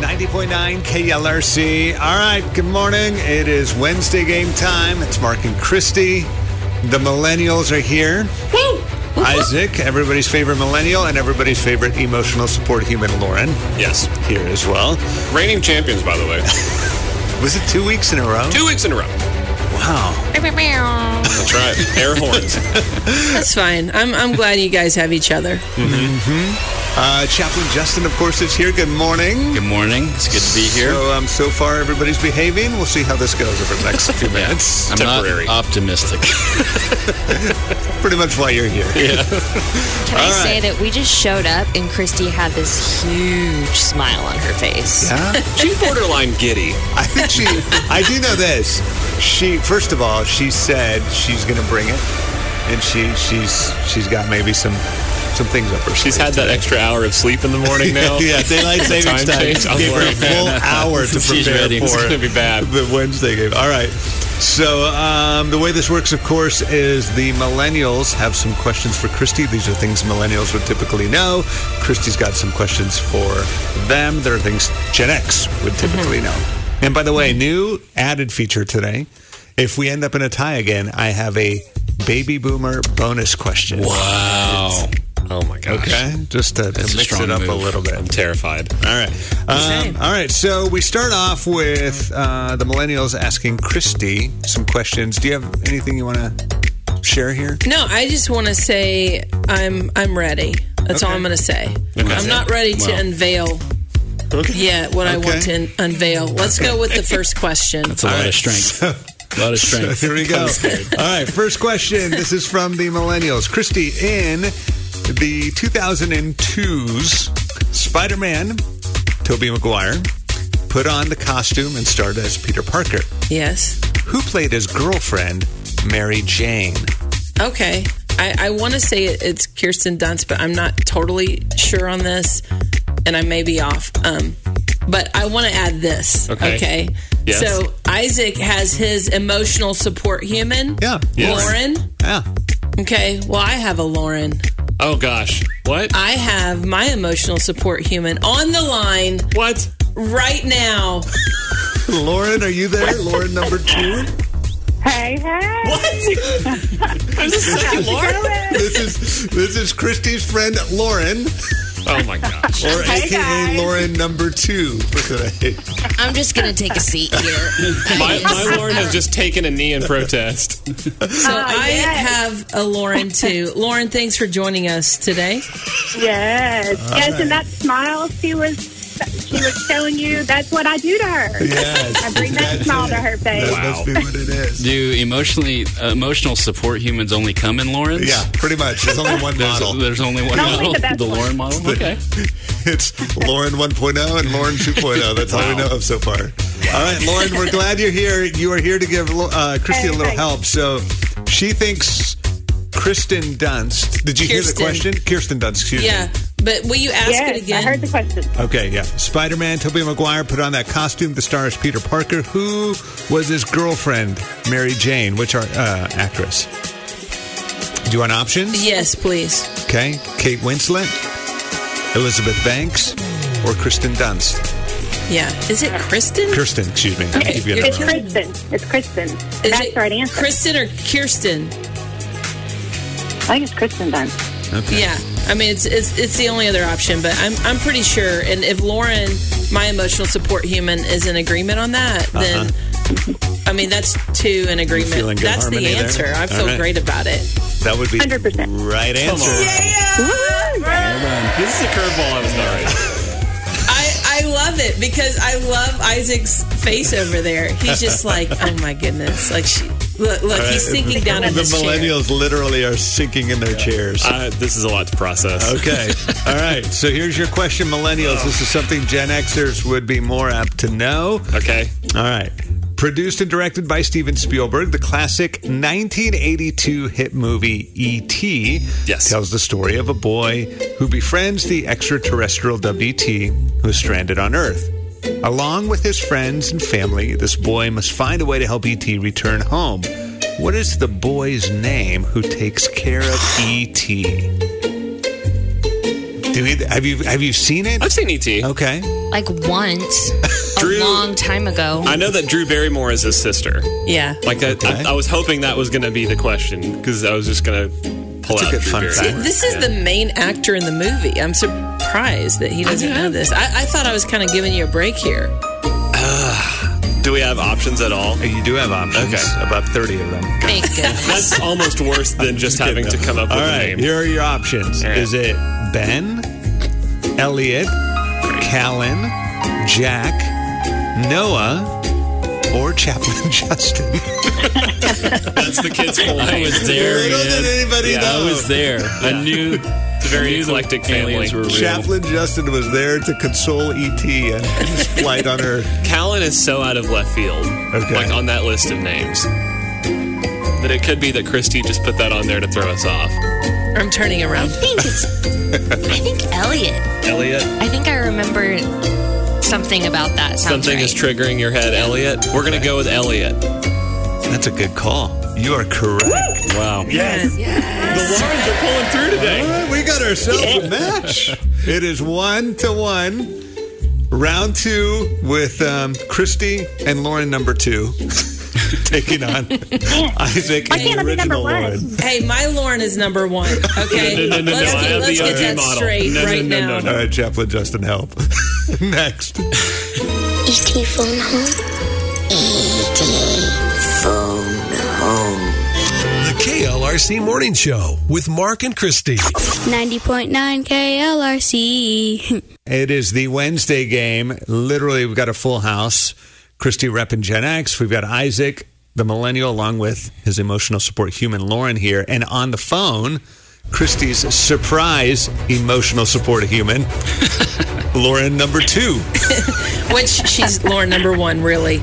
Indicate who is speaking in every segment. Speaker 1: 90.9 KLRC. All right, good morning. It is Wednesday game time. It's Mark and Christy. The millennials are here. Isaac, everybody's favorite millennial, and everybody's favorite emotional support human, Lauren,
Speaker 2: Yes.
Speaker 1: here as well.
Speaker 2: Reigning champions, by the way.
Speaker 1: Was it two weeks in a row?
Speaker 2: Two weeks in a row.
Speaker 1: Wow.
Speaker 3: That's
Speaker 2: That's right. Air horns.
Speaker 3: fine. I'm, I'm glad you guys have each other.
Speaker 1: Uh, Chaplain Justin, of course, is here. Good morning.
Speaker 4: Good morning. It's good to be here.
Speaker 1: So, um, so far, everybody's behaving. We'll see how this goes over the next few
Speaker 4: Yeah.
Speaker 1: minutes.
Speaker 4: I'm
Speaker 2: temporary.
Speaker 4: not optimistic.
Speaker 1: Pretty much why you're here.
Speaker 5: Can I
Speaker 1: All
Speaker 5: say that we just showed up and Christy had this huge smile on her face?
Speaker 1: Huh?
Speaker 2: She's borderline giddy.
Speaker 1: I think she. I do know this. She first of all, she said she's going to bring it, and she she's she's got maybe some some things up her sleeve.
Speaker 2: She's had that extra hour of sleep in the morning now.
Speaker 1: yeah, daylight savings
Speaker 2: Time
Speaker 1: time.
Speaker 2: change. I'm
Speaker 1: Gave her a
Speaker 2: worried.
Speaker 1: full hour to
Speaker 4: She's
Speaker 1: prepare
Speaker 4: ready.
Speaker 1: for
Speaker 4: It's
Speaker 2: It's gonna
Speaker 1: it.
Speaker 2: be bad.
Speaker 1: the Wednesday game. All right. So um, the way this works, of course, is the millennials have some questions for Christy. These are things millennials would typically know. Christy's got some questions for them. There are things Gen X would
Speaker 4: Mm-hmm.
Speaker 1: typically know. And by the way, new added feature today. If we end up in a tie again, I have a baby boomer bonus question.
Speaker 4: wow.
Speaker 2: Oh my gosh.
Speaker 1: Okay, just to, to
Speaker 4: That's a
Speaker 1: mix
Speaker 4: strong
Speaker 1: it up a
Speaker 4: move.
Speaker 1: little bit.
Speaker 2: I'm terrified.
Speaker 1: All right. Um, all right. So we start off with uh, the millennials asking Christy some questions. Do you have anything you want to share here?
Speaker 3: No, I just want to say I'm I'm ready. That's all
Speaker 1: Okay.
Speaker 3: I'm going to say. I'm not ready to
Speaker 4: Well.
Speaker 3: unveil yet what I
Speaker 1: Okay.
Speaker 3: want to un- unveil. Let's go with the first question.
Speaker 4: It's a lot of strength. a lot of strength.
Speaker 1: Here we go. All right. First question. This is from the millennials. Christy, in the 2002's Spider Man, Tobey Maguire put on the costume and starred as Peter Parker.
Speaker 3: Yes.
Speaker 1: Who played his girlfriend, Mary Jane?
Speaker 3: Okay. I, I want to say it, it's Kirsten Dunst, but I'm not totally sure on this, and I may be off. Um, but I want to add this.
Speaker 2: Okay. Yes.
Speaker 3: So Isaac has his emotional support human.
Speaker 1: Yeah.
Speaker 2: Yes.
Speaker 3: Lauren.
Speaker 1: Yeah.
Speaker 3: Okay. Well, I have a Lauren.
Speaker 2: Oh gosh. What?
Speaker 3: I have my emotional support human on the line
Speaker 2: What?
Speaker 3: right now.
Speaker 1: Lauren, are you there? Lauren number two?
Speaker 6: Hey, hey.
Speaker 2: I'm the second Lauren.
Speaker 1: this is this is Christy's friend Lauren,
Speaker 2: Oh my gosh.
Speaker 1: or
Speaker 6: Hey,
Speaker 1: AKA
Speaker 6: guys.
Speaker 1: Lauren number two for today.
Speaker 5: I'm just going to take a seat here.
Speaker 2: My, my Lauren has just taken a knee in protest.
Speaker 3: So I
Speaker 6: Ah, yes.
Speaker 3: have a Lauren too. Lauren, thanks for joining us today.
Speaker 6: Yes. yes, and that smile she was she was showing you, that's what I do to her.
Speaker 1: Yes,
Speaker 6: I bring that smile to her face.
Speaker 1: That must be what it is.
Speaker 4: Do emotionally uh, emotional support humans only come in Lawrence?
Speaker 1: Yeah, pretty much. There's only one
Speaker 4: There's,
Speaker 1: model.
Speaker 4: there's only one
Speaker 6: Only
Speaker 4: model.
Speaker 6: the best one.
Speaker 4: Lauren model. Okay.
Speaker 1: It's Lauren 1.0 and Lauren 2.0. That's all we know of so far. All right, Lauren, we're glad you're here. You are here to give uh, Christy a
Speaker 6: Hey,
Speaker 1: little
Speaker 6: thanks.
Speaker 1: help. So she thinks Kristen Dunst. Did you hear the
Speaker 3: Kirsten.
Speaker 1: question? Kirsten Dunst, excuse me.
Speaker 3: Yeah. But will you ask it
Speaker 6: Yes,
Speaker 3: again?
Speaker 6: I heard the question.
Speaker 1: Okay, yeah. Spider Man, Tobey Maguire put on that costume. The star is Peter Parker. Who was his girlfriend, Mary Jane? Which are, uh, actress? Do you want options?
Speaker 3: Yes, please.
Speaker 1: Okay. Kate Winslet, Elizabeth Banks, or Kristen Dunst?
Speaker 3: Yeah. Is it Kristen?
Speaker 1: Kirsten, excuse me. I'll
Speaker 3: Okay,
Speaker 1: give you
Speaker 3: you're
Speaker 6: It's
Speaker 1: another
Speaker 3: killing
Speaker 1: one.
Speaker 6: Kristen. It's Kristen.
Speaker 3: Is
Speaker 6: that's
Speaker 3: it
Speaker 6: the right answer.
Speaker 3: Kristen or Kirsten?
Speaker 6: I think it's Kristen then.
Speaker 1: Okay.
Speaker 3: Yeah. I mean, it's, it's it's the only other option, but I'm I'm pretty sure. And if Lauren, my emotional support human, is in agreement on that, then I mean that's two in agreement.
Speaker 1: Uh-huh. feeling good
Speaker 3: that's the
Speaker 1: harmony there?
Speaker 3: answer. I feel
Speaker 1: All right.
Speaker 3: great about it.
Speaker 1: That would be
Speaker 6: 100%.
Speaker 1: right answer.
Speaker 2: This is a curveball I was not ready.
Speaker 3: I I love it because I love Isaac's face over there. He's just like, oh my goodness, like she, look look, he's sinking down in
Speaker 1: The
Speaker 3: his chair.
Speaker 1: millennials literally are sinking in their chairs.
Speaker 2: Uh, this is a lot to process.
Speaker 1: Okay. All right. So here's your question, millennials. This is something Gen Xers would be more apt to know.
Speaker 2: Okay.
Speaker 1: All right. Produced and directed by Steven Spielberg, the classic 1982 hit movie E.T.
Speaker 2: Yes.
Speaker 1: tells the story of a boy who befriends the extraterrestrial W.T. who is stranded on Earth. Along with his friends and family, this boy must find a way to help E.T. return home. What is the boy's name who takes care of E.T.? E Do either, have you have you seen it?
Speaker 2: I've seen E ET.
Speaker 1: Okay.
Speaker 5: Like once,
Speaker 2: Drew-
Speaker 5: a long time ago.
Speaker 2: I know that Drew Barrymore is his sister.
Speaker 3: Yeah.
Speaker 2: Like that,
Speaker 1: Okay.
Speaker 2: I, I was hoping that was going to be the question because I was just going to pull
Speaker 1: That's a
Speaker 2: out
Speaker 1: good
Speaker 2: Drew
Speaker 1: fun
Speaker 2: Barrymore.
Speaker 1: fact.
Speaker 3: See, this is the main actor in the movie. I'm surprised that he doesn't know this. I, I thought I was kind of giving you a break here.
Speaker 2: Do we have options at all?
Speaker 1: You do have options.
Speaker 2: Okay.
Speaker 1: About 30 of them.
Speaker 5: Thank goodness.
Speaker 2: That's almost worse than just having to come up with
Speaker 1: All
Speaker 2: a
Speaker 1: right.
Speaker 2: name.
Speaker 1: Here are your options.
Speaker 2: All right.
Speaker 1: Is it Ben, Elliot, Callan, Jack, Noah, or Chaplain Justin?
Speaker 2: That's the kids' full
Speaker 4: I
Speaker 2: name.
Speaker 4: was there.
Speaker 1: Little did
Speaker 4: man.
Speaker 1: anybody
Speaker 2: Yeah,
Speaker 1: know.
Speaker 4: I was there. I knew. It's a
Speaker 2: very eclectic
Speaker 4: aliens
Speaker 2: family.
Speaker 4: Were real.
Speaker 1: Chaplain Justin was there to console ET and his flight on Earth.
Speaker 2: Callan is so out of left field,
Speaker 1: Okay.
Speaker 2: like on that list of names, that it could be that Christy just put that on there to throw us off.
Speaker 3: I'm turning
Speaker 5: I
Speaker 3: around.
Speaker 5: think it's. I think Elliot.
Speaker 2: Elliot,
Speaker 5: I think I remember something about that. Sounds
Speaker 2: something
Speaker 5: right.
Speaker 2: is triggering your head, Elliot. We're gonna go with Elliot.
Speaker 1: That's a good call. You are correct.
Speaker 4: Wow.
Speaker 1: Yes.
Speaker 2: The Lawrence are pulling
Speaker 1: All
Speaker 2: through today.
Speaker 1: right, we got ourselves a match. It is one to one. Round two with um, Christy and Lauren, number two, taking on Isaac
Speaker 6: Why
Speaker 1: and
Speaker 6: can't I
Speaker 1: the
Speaker 6: be number
Speaker 1: original
Speaker 6: one?
Speaker 1: Lauren.
Speaker 3: Hey, my Lauren is number one. Okay,
Speaker 2: No, no, no, no,
Speaker 3: let's
Speaker 2: no, I
Speaker 3: get,
Speaker 2: have
Speaker 3: let's
Speaker 2: the
Speaker 3: get
Speaker 2: OG
Speaker 3: that
Speaker 2: model.
Speaker 3: straight
Speaker 2: No, no,
Speaker 3: right
Speaker 2: no,
Speaker 3: now.
Speaker 2: no, no.
Speaker 1: All right, Chaplain Justin, help. Next.
Speaker 7: E.T. E phone home.
Speaker 8: The KLRC Morning Show with Mark and Christy.
Speaker 7: 90.9 KLRC.
Speaker 1: It is the Wednesday game. Literally, we've got a full house. Christy repping Gen X. We've got Isaac, the millennial, along with his emotional support human, Lauren, here. And on the phone, Christy's surprise emotional support human, Lauren, number two.
Speaker 3: Which she's Lauren number one, really.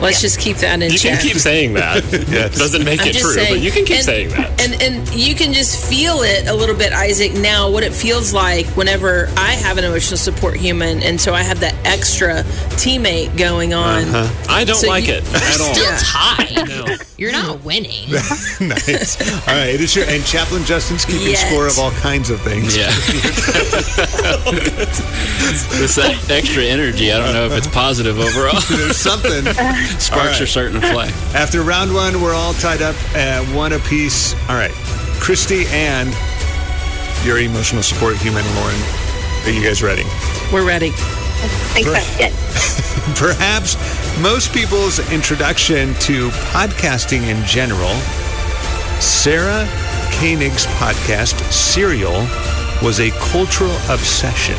Speaker 3: Let's just keep that in
Speaker 2: You can
Speaker 3: check.
Speaker 2: keep saying that.
Speaker 1: Yes.
Speaker 2: Doesn't make
Speaker 3: I'm
Speaker 2: it
Speaker 3: just
Speaker 2: true,
Speaker 3: saying,
Speaker 2: but you can keep
Speaker 3: and,
Speaker 2: saying that.
Speaker 3: and and you can just feel it a little bit, Isaac. Now, what it feels like whenever I have an emotional support human, and so I have that extra teammate going on.
Speaker 2: I don't
Speaker 3: So
Speaker 2: like
Speaker 3: you-
Speaker 2: it at all.
Speaker 3: Yeah.
Speaker 5: Hi.
Speaker 2: No.
Speaker 5: You're not winning.
Speaker 1: nice. All right. It is your, and Chaplain Justin's keeping
Speaker 3: Yet.
Speaker 1: score of all kinds of things.
Speaker 4: Yeah. it's that extra energy. I don't know if it's positive overall.
Speaker 1: There's something.
Speaker 4: Sparks
Speaker 1: right.
Speaker 4: are starting to fly.
Speaker 1: After round one, we're all tied up at one apiece. All right, Christy and your emotional support human, Lauren. Are you guys ready?
Speaker 3: We're ready.
Speaker 6: Big question.
Speaker 1: Perhaps most people's introduction to podcasting in general, Sarah Koenig's podcast, Serial, was a cultural obsession.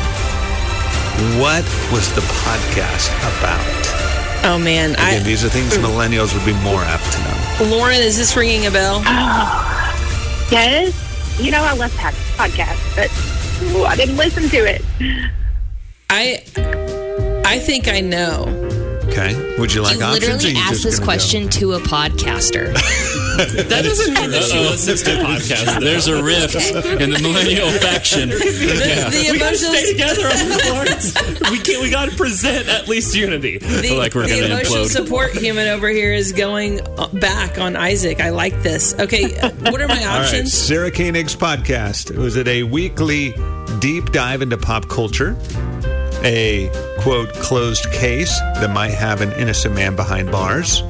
Speaker 1: What was the podcast about?
Speaker 3: Oh man,
Speaker 1: Again,
Speaker 3: I,
Speaker 1: these are things millennials would be more apt to know.
Speaker 3: Lauren, is this ringing a bell?
Speaker 6: Yes. You know, I love pod- podcasts, but ooh, I didn't listen to it.
Speaker 3: I I think I know.
Speaker 1: Okay. Would you like
Speaker 5: You
Speaker 1: options? or
Speaker 5: literally
Speaker 1: you
Speaker 5: asked
Speaker 1: just
Speaker 5: this
Speaker 1: gonna go?
Speaker 5: question to a podcaster.
Speaker 2: That doesn't mean that she listens to podcasts. though.
Speaker 4: There's a rift in the millennial faction. Yeah.
Speaker 3: The emotional
Speaker 2: together on the Lawrence. We can We got to present at least unity.
Speaker 3: the,
Speaker 4: like we're
Speaker 3: the
Speaker 4: gonna
Speaker 3: emotional
Speaker 4: implode.
Speaker 3: support human over here is going uh, back on Isaac. I like this. Okay, uh, what are my
Speaker 1: All right,
Speaker 3: options?
Speaker 1: Sarah Koenig's podcast. Was it a weekly deep dive into pop culture? A quote closed case that might have an innocent man behind bars,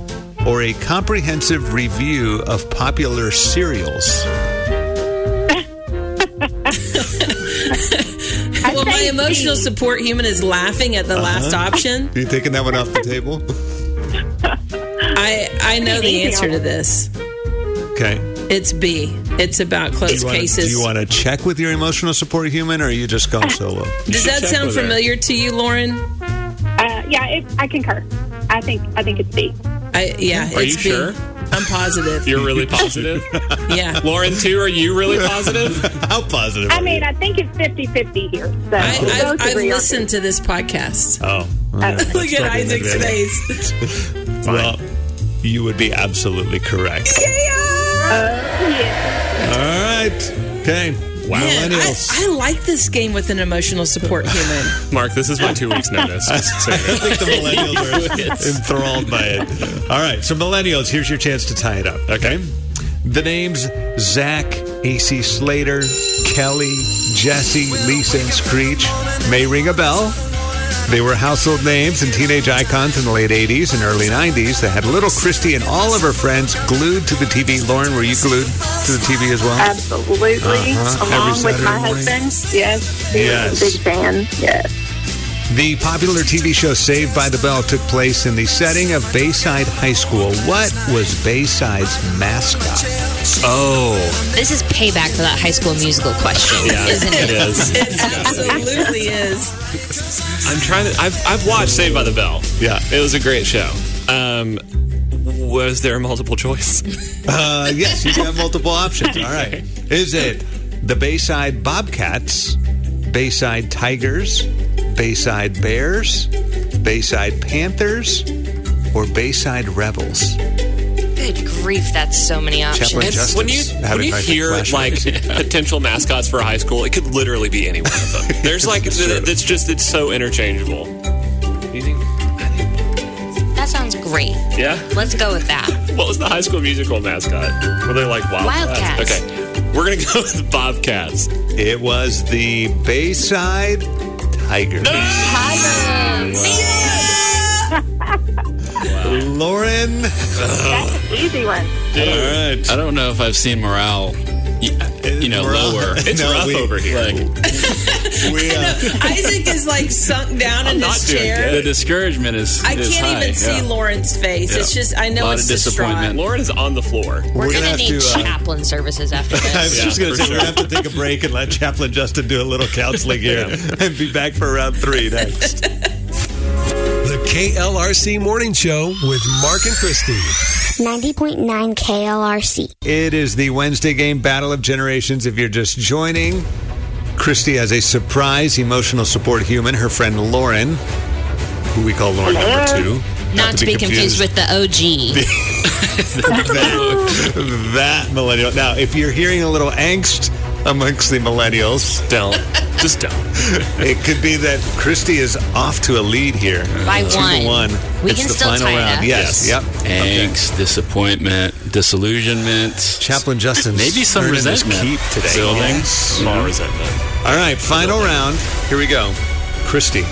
Speaker 1: or a comprehensive review of popular cereals?
Speaker 3: Well, my emotional support human is laughing at the last option.
Speaker 1: Are you taking that one off the table?
Speaker 3: I I know the answer to this.
Speaker 1: Okay.
Speaker 3: It's B. It's about
Speaker 1: Do
Speaker 3: closed
Speaker 1: you, wanna, do
Speaker 3: cases.
Speaker 1: you want to check with your emotional support human, or are you just going solo?
Speaker 3: Does that
Speaker 2: check
Speaker 3: sound
Speaker 2: with her.
Speaker 3: familiar to you, Lauren?
Speaker 6: Uh, yeah, it, I concur. I think I think it's B.
Speaker 3: I yeah.
Speaker 2: Are
Speaker 3: it's B.
Speaker 2: you sure?
Speaker 3: I'm positive.
Speaker 2: You're really positive,
Speaker 3: yeah.
Speaker 2: Lauren. Too. Are you really positive?
Speaker 1: How positive?
Speaker 6: I
Speaker 1: are
Speaker 6: mean,
Speaker 1: you?
Speaker 6: I think it's 50 50 here. So
Speaker 3: I,
Speaker 6: we'll
Speaker 3: I've,
Speaker 6: go to
Speaker 3: I've
Speaker 6: Brianna.
Speaker 3: listened to this podcast.
Speaker 1: oh,
Speaker 6: Okay.
Speaker 3: Look at Isaac's face.
Speaker 1: well, you would be absolutely correct.
Speaker 6: Yeah.
Speaker 1: All right. Okay. Wow.
Speaker 3: Man, I, I like this game with an emotional support human.
Speaker 2: Mark, this is my two weeks' notice. Just say
Speaker 1: I
Speaker 2: it.
Speaker 1: think the millennials are enthralled by it. All right, so millennials, here's your chance to tie it up. Okay, the names Zach, AC Slater, Kelly, Jesse, Lisa, and Screech may ring a bell. They were household names and teenage icons in the late 80s and early 90s that had little Christy and all of her friends glued to the TV. Lauren, were you glued to the TV as well?
Speaker 6: Absolutely.
Speaker 1: Uh-huh. Every
Speaker 6: Along with
Speaker 1: Saturday
Speaker 6: my
Speaker 1: morning.
Speaker 6: husband. Yes. He
Speaker 1: Yes.
Speaker 6: was a big fan. Yes.
Speaker 1: The popular TV show Saved by the Bell took place in the setting of Bayside High School. What was Bayside's mascot? Oh,
Speaker 5: This is payback for that high school musical question,
Speaker 2: Yeah,
Speaker 5: isn't
Speaker 2: it
Speaker 5: it?
Speaker 2: is.
Speaker 3: It absolutely is.
Speaker 2: I'm trying to. I've, I've watched Saved by the Bell.
Speaker 1: Yeah.
Speaker 2: It was a great show. Um, was there a multiple choice?
Speaker 1: uh, yes, you have multiple options. All right. Is it the Bayside Bobcats, Bayside Tigers, Bayside Bears, Bayside Panthers, or Bayside Rebels?
Speaker 5: Good grief, that's so many options.
Speaker 1: Chaplain Justice.
Speaker 2: when you
Speaker 1: had
Speaker 2: when
Speaker 1: a
Speaker 2: you
Speaker 1: nice
Speaker 2: hear
Speaker 1: flashback.
Speaker 2: like potential mascots for a high school, it could literally be any one of them. There's like
Speaker 1: It's true.
Speaker 2: it's just it's so interchangeable.
Speaker 5: That sounds great.
Speaker 2: Yeah.
Speaker 5: Let's go with that.
Speaker 2: What was the High School Musical mascot? Were they like Wildcats?
Speaker 5: Wildcats.
Speaker 2: Okay, we're gonna go with Bobcats.
Speaker 1: It was the Bayside Tigers. Lauren.
Speaker 6: That's an easy one.
Speaker 1: All right.
Speaker 4: I don't know if I've seen morale, y- you know,
Speaker 1: Morale.
Speaker 4: lower.
Speaker 2: It's
Speaker 1: No,
Speaker 2: rough
Speaker 1: we-
Speaker 2: over here.
Speaker 4: Like
Speaker 1: We, uh,
Speaker 3: Isaac is like sunk down in
Speaker 2: not
Speaker 3: his
Speaker 2: doing
Speaker 3: chair.
Speaker 2: good.
Speaker 4: the discouragement is.
Speaker 3: I
Speaker 4: is
Speaker 3: can't
Speaker 4: high,
Speaker 3: even see
Speaker 4: yeah.
Speaker 3: Lauren's face.
Speaker 4: Yeah.
Speaker 3: It's just I know
Speaker 4: Lot
Speaker 3: it's
Speaker 4: of disappointment.
Speaker 2: Lauren is on the floor.
Speaker 5: We're,
Speaker 1: gonna
Speaker 5: gonna,
Speaker 1: have
Speaker 5: need
Speaker 1: to, uh,
Speaker 5: chaplain services after
Speaker 1: I was
Speaker 5: this.
Speaker 2: Yeah,
Speaker 1: just going to
Speaker 2: for
Speaker 1: say, we're
Speaker 2: sure.
Speaker 1: going to have to take a break and let Chaplain Justin do a little counseling here and be back for round three next.
Speaker 8: The KLRC Morning Show with Mark and Christy.
Speaker 7: 90.9 KLRC.
Speaker 1: it is the Wednesday game Battle of Generations. If you're just joining, Christy has a surprise emotional support human, her friend Lauren, who we call Lauren number two.
Speaker 5: Not to be confused with the OG.
Speaker 1: that, that millennial. Now, if you're hearing a little angst amongst the millennials,
Speaker 2: Don't just don't.
Speaker 1: it could be that Christy is off to a lead here.
Speaker 5: By
Speaker 1: two to one.
Speaker 5: one. We
Speaker 1: it's
Speaker 5: can
Speaker 1: the
Speaker 5: still
Speaker 1: final
Speaker 5: tie it
Speaker 1: round.
Speaker 5: up.
Speaker 1: Yes.
Speaker 2: Yes.
Speaker 1: Yep.
Speaker 4: Angst, disappointment, disillusionment.
Speaker 1: Chaplain Justin,
Speaker 4: Maybe some
Speaker 1: earning his
Speaker 4: resentment.
Speaker 1: keep today.
Speaker 4: Building.
Speaker 1: Yes.
Speaker 2: Small resentment.
Speaker 1: All right, final round. Here we go. Christy,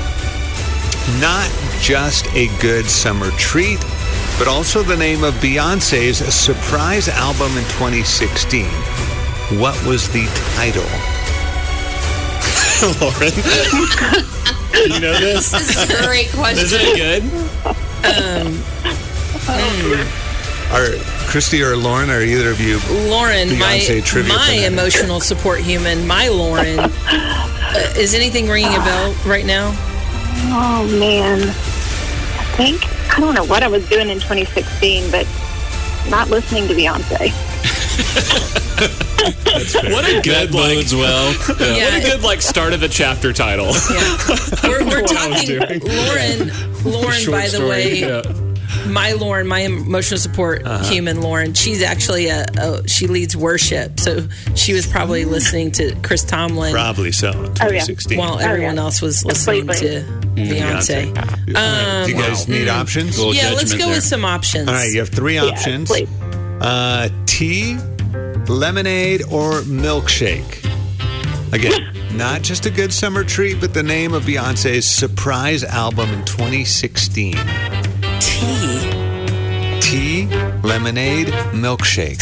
Speaker 1: not just a good summer treat, but also the name of Beyonce's surprise album in 2016. What was the title?
Speaker 2: Lauren, you know this.
Speaker 5: this is a great
Speaker 2: Is
Speaker 5: question.
Speaker 2: it good?
Speaker 1: Are Christy or Lauren or either of you?
Speaker 3: Lauren,
Speaker 1: Beyonce
Speaker 3: my
Speaker 1: trivia
Speaker 3: my
Speaker 1: fanatic.
Speaker 3: emotional support human, my Lauren. uh, is anything ringing a bell right now?
Speaker 6: Oh man, I think I don't know what I was doing in 2016, but not listening to Beyonce.
Speaker 2: What a
Speaker 4: That
Speaker 2: good like
Speaker 4: bodes well. Yeah.
Speaker 2: what a good like start of a chapter title.
Speaker 3: We're, we're
Speaker 2: what I was
Speaker 3: talking
Speaker 2: doing.
Speaker 3: Lauren. Lauren, by the way, my Lauren, my emotional support
Speaker 4: Uh-huh.
Speaker 3: human Lauren. She's actually a, a she leads worship, so she was probably listening to Chris Tomlin
Speaker 1: Probably so. in 2016.
Speaker 3: while
Speaker 6: yeah.
Speaker 3: everyone else was listening
Speaker 6: Completely.
Speaker 4: Mm,
Speaker 3: to Beyonce.
Speaker 1: Do you guys need options?
Speaker 4: Little
Speaker 3: Yeah, let's
Speaker 4: judgment
Speaker 3: go
Speaker 4: there.
Speaker 3: with some options.
Speaker 1: All right, you have three options.
Speaker 6: please.
Speaker 1: Uh, tea, lemonade, or milkshake. Again, not just a good summer treat, but the name of Beyonce's surprise album in 2016.
Speaker 3: Tea.
Speaker 1: Tea, lemonade, milkshake.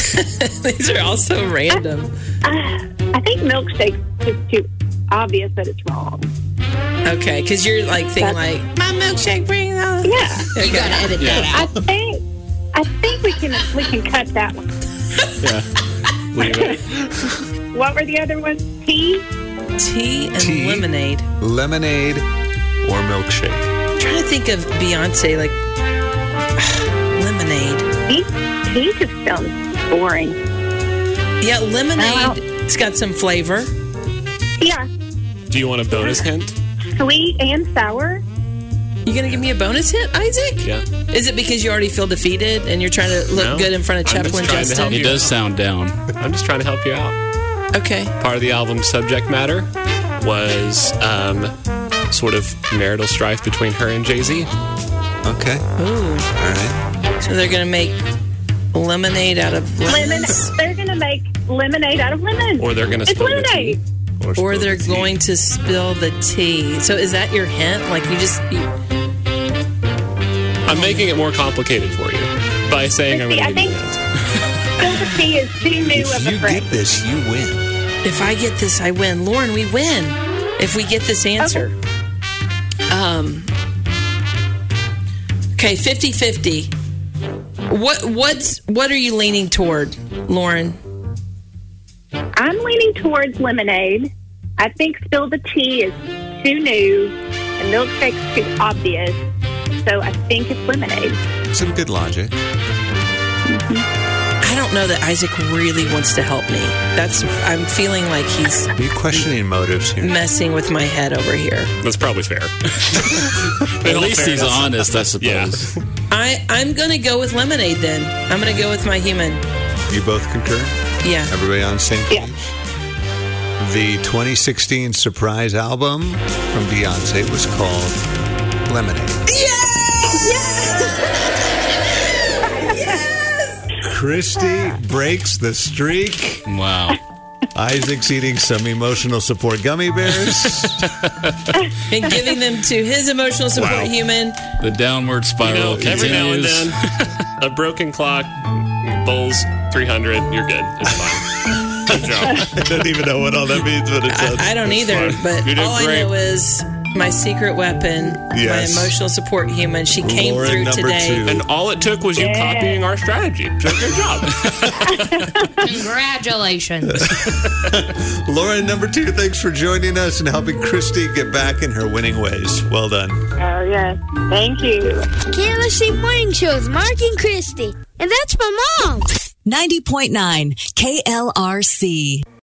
Speaker 3: These are all so random.
Speaker 6: Uh, I think milkshake is too obvious that it's wrong.
Speaker 3: Okay, because you're like thinking like my milkshake brings all. the-"
Speaker 6: Yeah,
Speaker 5: You gotta edit that out.
Speaker 6: I think I think we can we can cut that one. What were the other ones? Tea.
Speaker 3: Tea and
Speaker 1: Tea.
Speaker 3: lemonade.
Speaker 1: lemonade or milkshake.
Speaker 3: I'm trying to think of Beyonce like lemonade.
Speaker 6: Tea. Tea just sounds boring.
Speaker 3: Yeah, lemonade.
Speaker 6: Wow.
Speaker 3: It's got some flavor.
Speaker 6: Yeah,
Speaker 2: Do you want a bonus hint?
Speaker 6: sweet and sour.
Speaker 3: You gonna give me a bonus hit, Isaac?
Speaker 2: Yeah.
Speaker 3: Is it because you already feel defeated and you're trying to look
Speaker 2: No,
Speaker 3: good in front of
Speaker 2: I'm just
Speaker 3: Chaplain
Speaker 2: trying to help
Speaker 3: Justin?
Speaker 4: It does sound down.
Speaker 2: I'm just trying to help you out.
Speaker 3: Okay.
Speaker 2: Part of the album's subject matter was um, sort of marital strife between her and Jay Z.
Speaker 1: Okay. All
Speaker 3: Ooh.
Speaker 1: right.
Speaker 3: So they're gonna make lemonade out of
Speaker 6: Lemon.
Speaker 3: lemons,
Speaker 6: They're going to make lemonade out of lemon.
Speaker 2: Or they're going to
Speaker 6: It's
Speaker 2: spill the tea.
Speaker 6: lemonade.
Speaker 3: or
Speaker 1: spill
Speaker 3: they're
Speaker 1: the tea.
Speaker 3: going to spill the tea. So is that your hint? Like you just you,
Speaker 2: I'm making it more complicated for you by saying I'm
Speaker 6: See,
Speaker 2: going
Speaker 6: I
Speaker 2: to give you
Speaker 6: think-
Speaker 2: that.
Speaker 6: Spill the tea is too new
Speaker 1: If
Speaker 6: of a
Speaker 1: you
Speaker 6: phrase.
Speaker 1: get this, you win.
Speaker 3: if I get this, I win. Lauren, we win. If we get this answer. Um Okay, 50-50. What what's what are you leaning toward, Lauren?
Speaker 6: I'm leaning towards lemonade. I think spill the tea is too new, and milkshake's too obvious. So I think it's lemonade.
Speaker 1: Some good logic.
Speaker 3: I don't know that Isaac really wants to help me. That's I'm feeling like he's
Speaker 1: Are you questioning motives here?
Speaker 3: messing with my head over here.
Speaker 2: That's probably fair.
Speaker 4: At least he's honest, I
Speaker 2: Yeah.
Speaker 4: suppose.
Speaker 3: I I'm gonna go with lemonade then. I'm gonna go with my human.
Speaker 1: You both concur?
Speaker 3: Yeah.
Speaker 1: Everybody on the same page?
Speaker 6: Yeah.
Speaker 1: The 2016 surprise album from Beyonce was called Lemonade. Christy breaks the streak.
Speaker 4: Wow.
Speaker 1: Isaac's eating some emotional support gummy bears.
Speaker 3: And giving them to his emotional support
Speaker 2: Wow.
Speaker 3: human.
Speaker 4: The downward
Speaker 2: You
Speaker 4: spiral
Speaker 2: know, every now and
Speaker 4: continues.
Speaker 2: then, a broken clock, bowls 300, you're good. It's fine. Good job.
Speaker 1: I don't even know what all that means, but it sounds.
Speaker 3: I, I don't either,
Speaker 2: fine.
Speaker 3: but
Speaker 2: You did
Speaker 3: all I
Speaker 2: great.
Speaker 3: know is my secret weapon,
Speaker 1: Yes.
Speaker 3: my emotional support human. She came
Speaker 1: Lauren
Speaker 3: through
Speaker 1: number
Speaker 3: today.
Speaker 1: two.
Speaker 2: And all it took was you copying our strategy. So good job.
Speaker 5: Congratulations.
Speaker 1: Lauren, number two, thanks for joining us and helping Christy get back in her winning ways. Well done.
Speaker 6: Oh, yes. Thank you.
Speaker 7: KLRC Morning Show with Mark and Christy. And that's my mom.
Speaker 9: 90.9 KLRC.